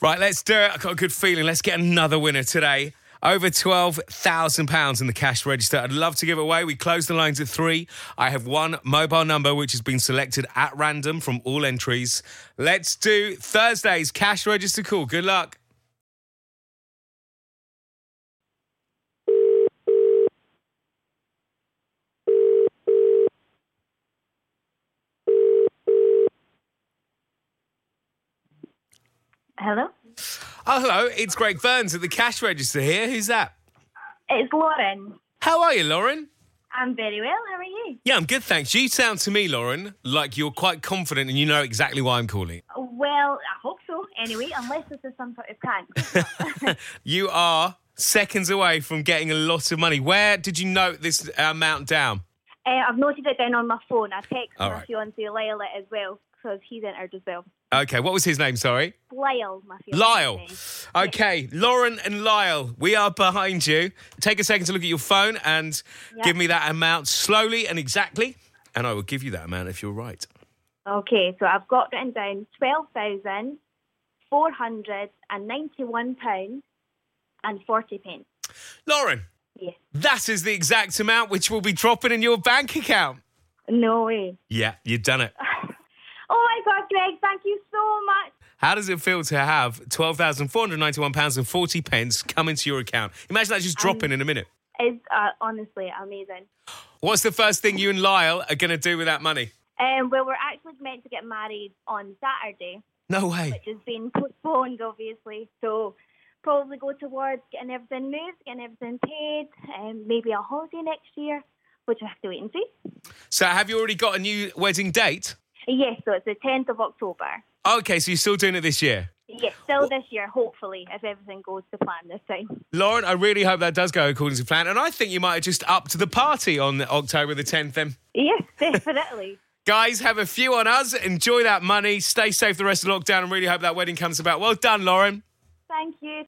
Right, let's do it. I've got a good feeling. Let's get another winner today. Over £12,000 in the cash register. I'd love to give away. We close the lines at three. I have one mobile number which has been selected at random from all entries. Let's do Thursday's cash register call. Good luck. Hello? Oh, hello. It's Greg Burns at the cash register here. Who's that? It's Lauren. How are you, Lauren? I'm very well. How are you? Yeah, I'm good, thanks. You sound to me, Lauren, like you're quite confident and you know exactly why I'm calling. Well, I hope so. Anyway, unless this is some sort of prank. You are seconds away from getting a lot of money. Where did you note this amount down? uh, I've noted it down on my phone. I text All my right. fiance Lyle it as well because he's entered as well. Okay, what was his name? Sorry. Lyle, my fiance. Lyle. Okay, Lauren and Lyle, we are behind you. Take a second to look at your phone and Yeah. give me that amount slowly and exactly, and I will give you that amount if you're right. Okay, so I've got written down twelve thousand four hundred and ninety-one pounds and forty pence. Lauren, Yes. that is the exact amount which will be dropping in your bank account. No way. Yeah, you've done it. Oh my God, Greg! Thank you so much. How does it feel to have twelve thousand four hundred ninety-one pounds and forty pence come into your account? Imagine that just dropping in a minute. It's uh, honestly amazing. What's the first thing you and Lyle are going to do with that money? Um, well, we're actually meant to get married on Saturday, No way. which has been postponed, obviously. So probably go towards getting everything moved, getting everything paid, and maybe a holiday next year, which we have to wait and see. So, have you already got a new wedding date? Yes, so it's the 10th of October. Okay, so you're still doing it this year. Yes, still this year, hopefully, if everything goes to plan this time. Lauren, I really hope that does go according to plan. And I think you might have just upped the party on October the 10th then. Yes, definitely. Guys, have a few on us. Enjoy that money. Stay safe the rest of lockdown and really hope that wedding comes about. Well done, Lauren. Thank you.